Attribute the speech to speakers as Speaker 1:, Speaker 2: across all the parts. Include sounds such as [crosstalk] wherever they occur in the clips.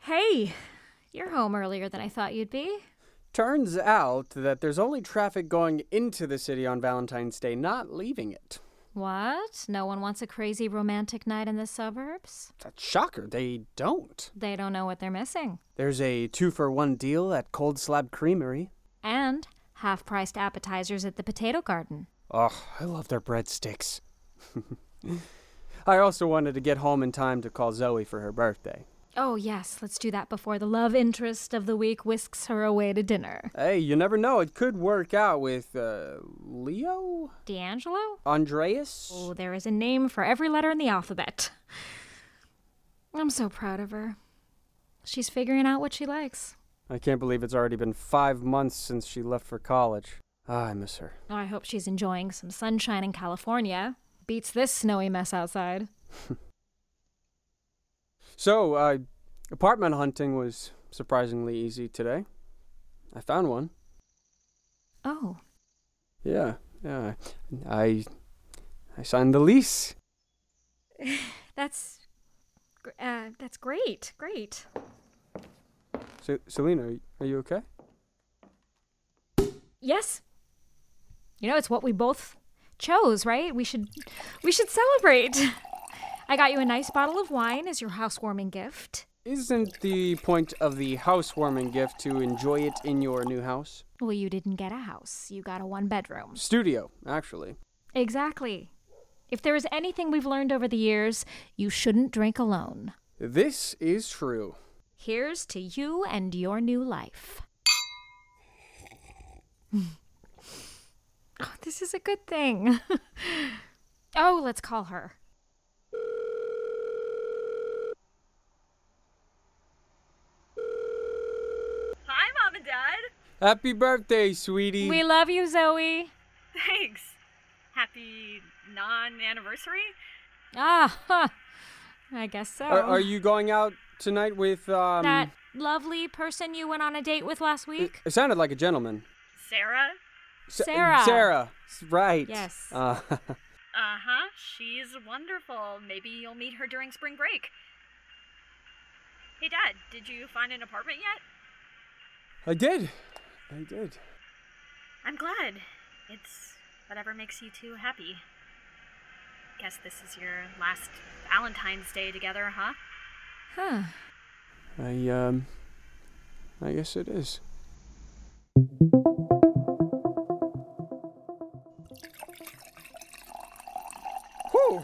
Speaker 1: Hey, you're home earlier than I thought you'd be.
Speaker 2: Turns out that there's only traffic going into the city on Valentine's Day, not leaving it.
Speaker 1: What? No one wants a crazy romantic night in the suburbs?
Speaker 2: That's shocker, they don't.
Speaker 1: They don't know what they're missing.
Speaker 2: There's a two for one deal at Cold Slab Creamery.
Speaker 1: And half priced appetizers at the potato garden.
Speaker 2: Ugh, I love their breadsticks. [laughs] I also wanted to get home in time to call Zoe for her birthday.
Speaker 1: Oh, yes, let's do that before the love interest of the week whisks her away to dinner.
Speaker 2: Hey, you never know, it could work out with uh, Leo?
Speaker 1: D'Angelo?
Speaker 2: Andreas?
Speaker 1: Oh, there is a name for every letter in the alphabet. I'm so proud of her. She's figuring out what she likes.
Speaker 2: I can't believe it's already been five months since she left for college. Ah, I miss her.
Speaker 1: I hope she's enjoying some sunshine in California. Beats this snowy mess outside.
Speaker 2: So, uh, apartment hunting was surprisingly easy today. I found one.
Speaker 1: Oh,
Speaker 2: Yeah, yeah. I, I signed the lease.
Speaker 1: That's gr- uh, that's great, great.
Speaker 2: So, Selena, are you- are you okay?
Speaker 1: Yes, you know it's what we both chose, right? We should we should celebrate. I got you a nice bottle of wine as your housewarming gift.
Speaker 2: Isn't the point of the housewarming gift to enjoy it in your new house?
Speaker 1: Well, you didn't get a house; you got a one bedroom.
Speaker 2: Studio, actually.
Speaker 1: Exactly. If there is anything we've learned over the years, you shouldn't drink alone.
Speaker 2: This is true.
Speaker 1: Here's to you and your new life. [laughs] oh, this is a good thing. [laughs] oh, let's call her.
Speaker 3: Hi, Mom and Dad. [laughs]
Speaker 2: Happy birthday, sweetie.
Speaker 1: We love you, Zoe.
Speaker 3: Thanks. Happy non anniversary?
Speaker 1: Ah, huh. I guess so.
Speaker 2: are, are you going out tonight with um? Uh,
Speaker 1: that lovely person you went on a date with last
Speaker 2: it,
Speaker 1: week?
Speaker 2: it sounded like a gentleman.
Speaker 3: Sarah?
Speaker 2: Sa-
Speaker 1: Sarah.
Speaker 2: Sarah. S- Right.
Speaker 1: Yes.
Speaker 2: Uh, [laughs]
Speaker 3: Uh huh. She's wonderful. Maybe you'll meet her during spring break. Hey, Dad, did you find an apartment yet?
Speaker 2: I did. I did.
Speaker 3: I'm glad. It's whatever makes you two happy. Guess this is your last Valentine's Day together, huh?
Speaker 1: Huh.
Speaker 2: I um. I guess it is. Whew.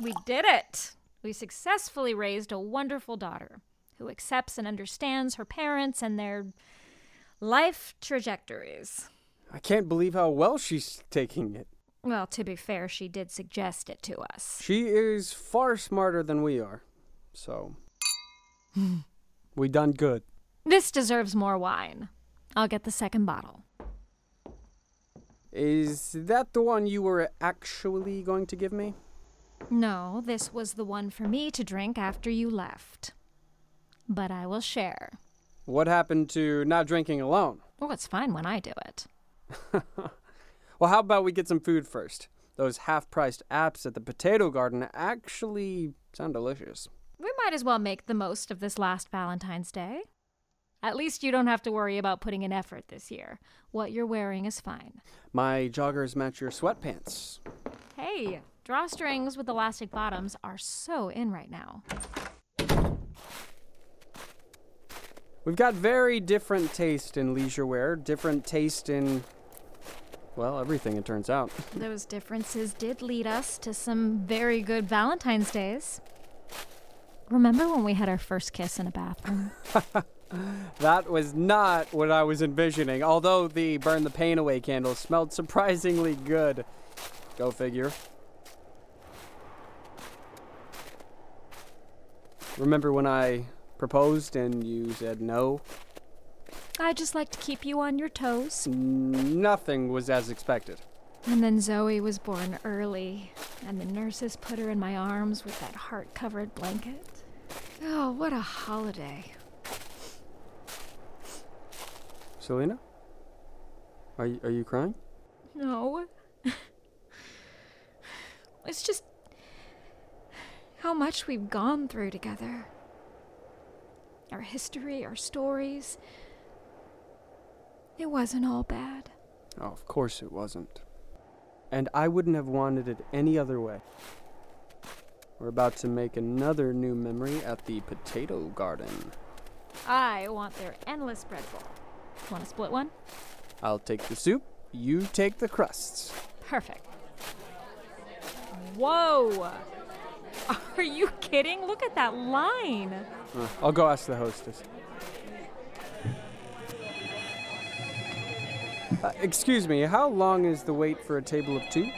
Speaker 1: We did it! We successfully raised a wonderful daughter who accepts and understands her parents and their life trajectories.
Speaker 2: I can't believe how well she's taking it.
Speaker 1: Well, to be fair, she did suggest it to us.
Speaker 2: She is far smarter than we are. So. we done good.
Speaker 1: This deserves more wine. I'll get the second bottle.
Speaker 2: Is that the one you were actually going to give me?
Speaker 1: No, this was the one for me to drink after you left. But I will share.
Speaker 2: What happened to not drinking alone?
Speaker 1: Oh, it's fine when I do it.
Speaker 2: [laughs] Well, how about we get some food first? Those half priced apps at the potato garden actually sound delicious.
Speaker 1: We might as well make the most of this last Valentine's Day. At least you don't have to worry about putting in effort this year. What you're wearing is fine.
Speaker 2: My joggers match your sweatpants.
Speaker 1: Hey, drawstrings with elastic bottoms are so in right now.
Speaker 2: We've got very different taste in leisure wear, different taste in. well, everything, it turns out.
Speaker 1: Those differences did lead us to some very good Valentine's Days. Remember when we had our first kiss in a bathroom?
Speaker 2: That was not what I was envisioning, although the Burn the Pain Away candle smelled surprisingly good. Go figure. Remember when I proposed and you said no?
Speaker 1: I just like to keep you on your toes.
Speaker 2: Nothing was as expected.
Speaker 1: And then Zoe was born early, and the nurses put her in my arms with that heart covered blanket. Oh, what a holiday.
Speaker 2: Selena? Are you, are you crying?
Speaker 1: No. it's just how much we've gone through together. Our history, our stories. It wasn't all bad.
Speaker 2: Oh, of course it wasn't. And I wouldn't have wanted it any other way. We're about to make another new memory at the potato garden.
Speaker 1: I want their endless bread bowl. Want to split one?
Speaker 2: I'll take the soup, you take the crusts.
Speaker 1: Perfect. Whoa! [laughs] Are you kidding? Look at that line.
Speaker 2: Uh, I'll go ask the hostess. Uh, excuse me, how long is the wait for a table of two?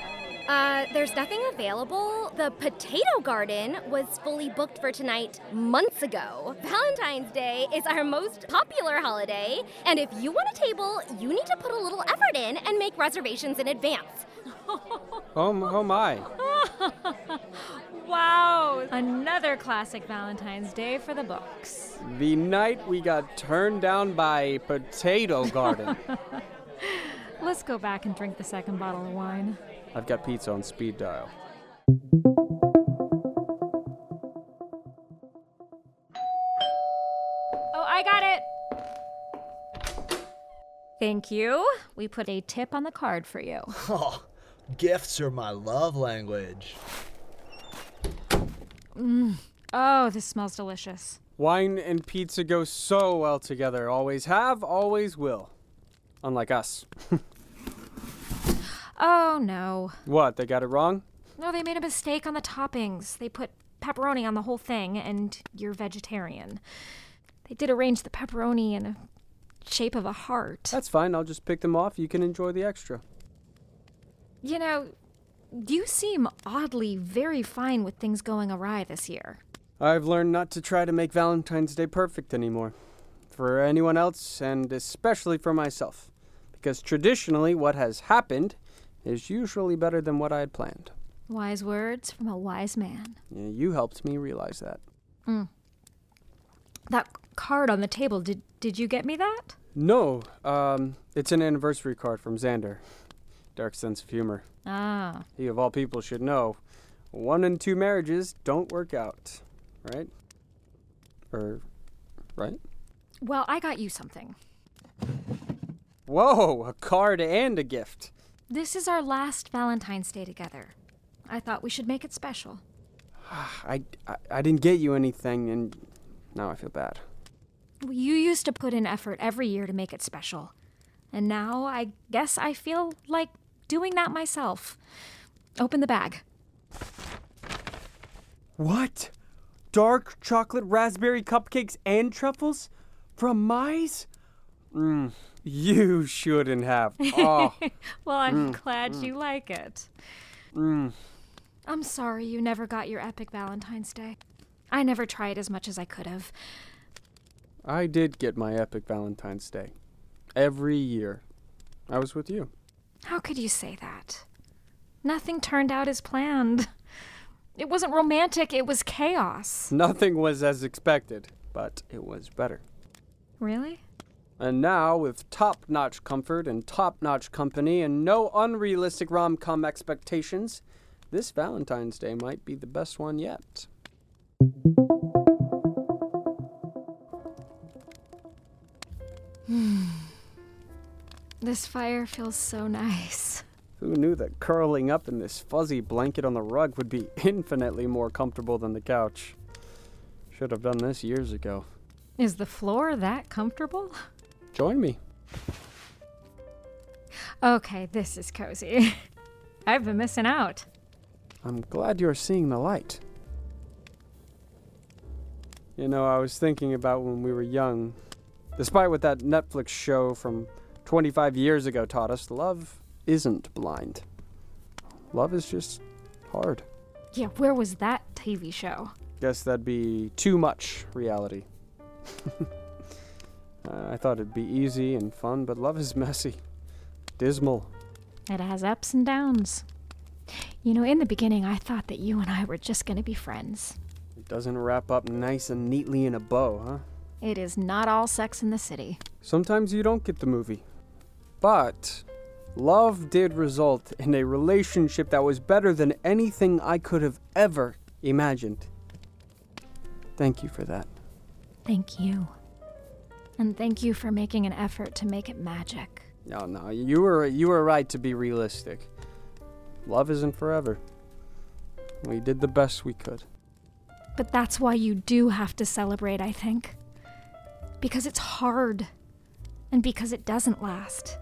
Speaker 4: Uh, there's nothing available. The potato garden was fully booked for tonight months ago. Valentine's Day is our most popular holiday, and if you want a table, you need to put a little effort in and make reservations in advance.
Speaker 2: Oh, m- oh my.
Speaker 1: Wow! Another classic Valentine's Day for the books.
Speaker 2: The night we got turned down by a potato garden.
Speaker 1: Let's go back and drink the second bottle of wine.
Speaker 2: I've got pizza on speed dial.
Speaker 1: Oh, I got it! Thank you. We put a tip on the card for you.
Speaker 5: Oh, gifts are my love language.
Speaker 1: Oh, this smells delicious.
Speaker 2: Wine and pizza go so well together. Always have, always will. Unlike us.
Speaker 1: Oh, no.
Speaker 2: What, they got it wrong?
Speaker 1: No, they made a mistake on the toppings. They put pepperoni on the whole thing, and you're vegetarian. They did arrange the pepperoni in a shape of a heart.
Speaker 2: That's fine, I'll just pick them off. You can enjoy the extra.
Speaker 1: You know, you seem oddly very fine with things going awry this year.
Speaker 2: I've learned not to try to make Valentine's Day perfect anymore. For anyone else, and especially for myself. Because traditionally, what has happened is usually better than what I had planned.
Speaker 1: Wise words from a wise man.
Speaker 2: Yeah, You helped me realize that.
Speaker 1: That card on the table, did did you get me that?
Speaker 2: No, um, it's an anniversary card from Xander. Dark sense of humor.
Speaker 1: Ah.
Speaker 2: He, of all people, should know one in two marriages don't work out, right? Or, right?
Speaker 1: Well, I got you something.
Speaker 2: Whoa, a card and a gift.
Speaker 1: This is our last Valentine's Day together. I thought we should make it special.
Speaker 2: I, I, I didn't get you anything, and now I feel bad.
Speaker 1: You used to put in effort every year to make it special. And now I guess I feel like doing that myself. Open the bag.
Speaker 2: What? Dark chocolate raspberry cupcakes and truffles? From Mize? Mm, you shouldn't have. Oh,
Speaker 1: Well, I'm glad you like it. I'm sorry you never got your epic Valentine's Day. I never tried as much as I could have.
Speaker 2: I did get my epic Valentine's Day. Every year. I was with you.
Speaker 1: How could you say that? Nothing turned out as planned. It wasn't romantic, it was chaos.
Speaker 2: Nothing was as expected, but it was better.
Speaker 1: Really?
Speaker 2: And now, with top notch comfort and top notch company and no unrealistic rom com expectations, this Valentine's Day might be the best one yet.
Speaker 1: This fire feels so nice.
Speaker 2: Who knew that curling up in this fuzzy blanket on the rug would be infinitely more comfortable than the couch? Should have done this years ago.
Speaker 1: Is the floor that comfortable?
Speaker 2: Join me.
Speaker 1: Okay, this is cozy. [laughs] I've been missing out.
Speaker 2: I'm glad you're seeing the light. You know, I was thinking about when we were young Despite what that Netflix show from 25 years ago taught us, love isn't blind. Love is just hard.
Speaker 1: Yeah, where was that TV show?
Speaker 2: Guess that'd be too much reality. [laughs] Uh, I thought it'd be easy and fun, but love is messy, dismal.
Speaker 1: It has ups and downs. You know, in the beginning, I thought that you and I were just going to be friends.
Speaker 2: It doesn't wrap up nice and neatly in a bow, huh?
Speaker 1: It is not all sex in the city.
Speaker 2: Sometimes you don't get the movie. But love did result in a relationship that was better than anything I could have ever imagined. Thank you for that.
Speaker 1: Thank you. And thank you for making an effort to make it magic.
Speaker 2: No, no, you were you were right to be realistic. Love isn't forever. We did the best we could.
Speaker 1: But that's why you do have to celebrate, I think. Because it's hard. And because it doesn't last.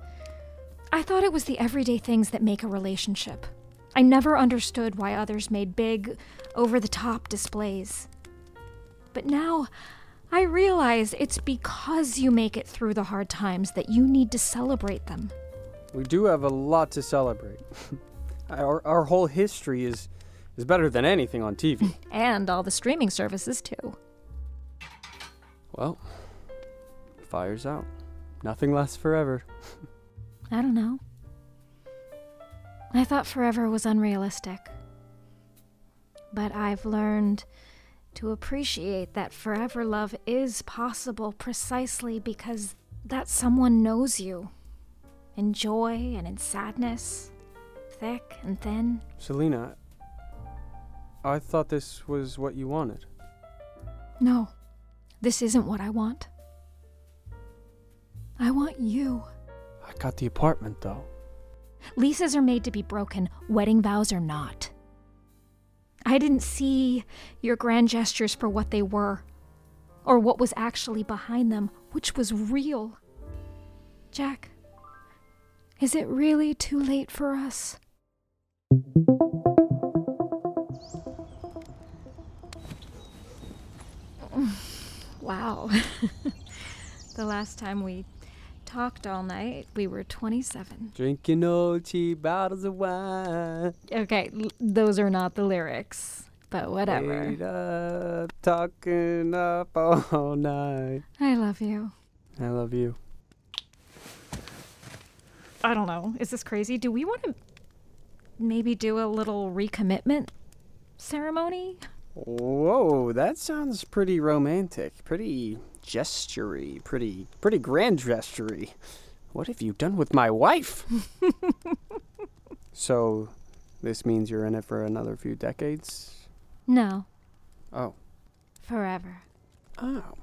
Speaker 1: I thought it was the everyday things that make a relationship. I never understood why others made big, over the top displays. But now, I realize it's because you make it through the hard times that you need to celebrate them.
Speaker 2: We do have a lot to celebrate. [laughs] our our whole history is is better than anything on TV.
Speaker 1: And all the streaming services, too.
Speaker 2: well, fire's out. Nothing lasts forever.
Speaker 1: I don't know. I thought forever was unrealistic. But I've learned to appreciate that forever love is possible precisely because that someone knows you in joy and in sadness, thick and thin.
Speaker 2: Selena, I thought this was what you wanted.
Speaker 1: No, this isn't what I want. I want you.
Speaker 2: I got the apartment though.
Speaker 1: Leases are made to be broken, wedding vows are not. I didn't see your grand gestures for what they were, or what was actually behind them, which was real. Jack, is it really too late for us? [sighs] Wow. [laughs] the last time we talked all night, we were 27.
Speaker 2: Drinking old cheap bottles of wine.
Speaker 1: Okay, l- those are not the lyrics, but whatever.
Speaker 2: Laid up, talking up all night.
Speaker 1: I love you.
Speaker 2: I love you.
Speaker 1: I don't know. Is this crazy? Do we want to maybe do a little recommitment ceremony?
Speaker 2: Whoa, that sounds pretty romantic, pretty gestury, pretty pretty grand gestury. What have you done with my wife? [laughs] so, this means you're in it for another few decades.
Speaker 1: No,
Speaker 2: Oh,
Speaker 1: forever.
Speaker 2: oh,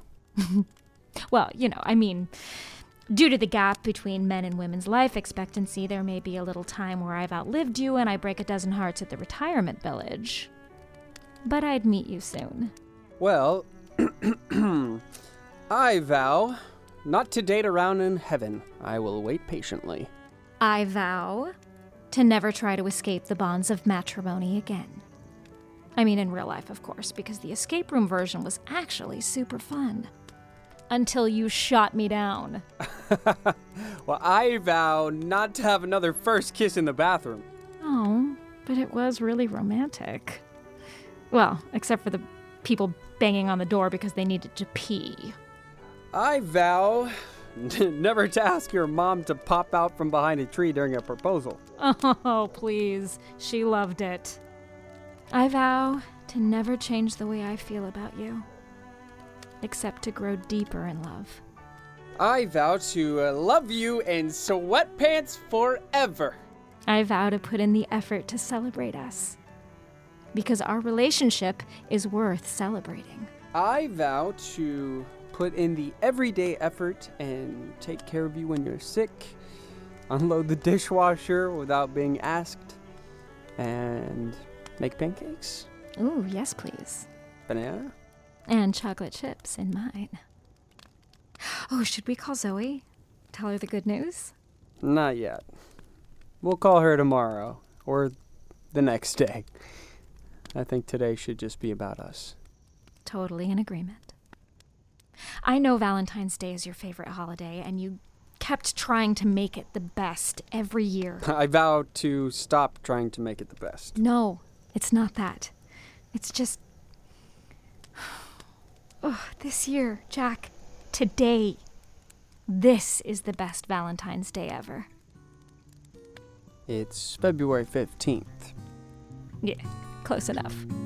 Speaker 1: Well, you know, I mean, due to the gap between men and women's life expectancy, there may be a little time where I've outlived you and I break a dozen hearts at the retirement village. But I'd meet you soon.
Speaker 2: Well, [clears throat] I vow not to date around in heaven. I will wait patiently.
Speaker 1: I vow to never try to escape the bonds of matrimony again. I mean, in real life, of course, because the escape room version was actually super fun. Until you shot me down.
Speaker 2: Well, I vow not to have another first kiss in the bathroom.
Speaker 1: Oh, but it was really romantic. Well, except for the people banging on the door because they needed to pee.
Speaker 2: I vow [laughs] never to ask your mom to pop out from behind a tree during a proposal.
Speaker 1: Oh, [laughs] please. She loved it. I vow to never change the way I feel about you, except to grow deeper in love.
Speaker 2: I vow to uh, love you in sweatpants forever.
Speaker 1: I vow to put in the effort to celebrate us, because our relationship is worth celebrating.
Speaker 2: I vow to put in the everyday effort and take care of you when you're sick, unload the dishwasher without being asked, and make pancakes.
Speaker 1: Ooh, yes, please.
Speaker 2: Banana?
Speaker 1: And chocolate chips in mine. Oh, should we call Zoe? Tell her the good news?
Speaker 2: Not yet. We'll call her tomorrow or the next day. I think today should just be about us.
Speaker 1: Totally in agreement. I know Valentine's Day is your favorite holiday, and you kept trying to make it the best every year.
Speaker 2: I vow to stop trying to make it the best.
Speaker 1: No, it's not that. It's just. [sighs] Oh, this year, Jack, today, this is the best Valentine's Day ever.
Speaker 2: It's February 15th.
Speaker 1: Yeah, close enough.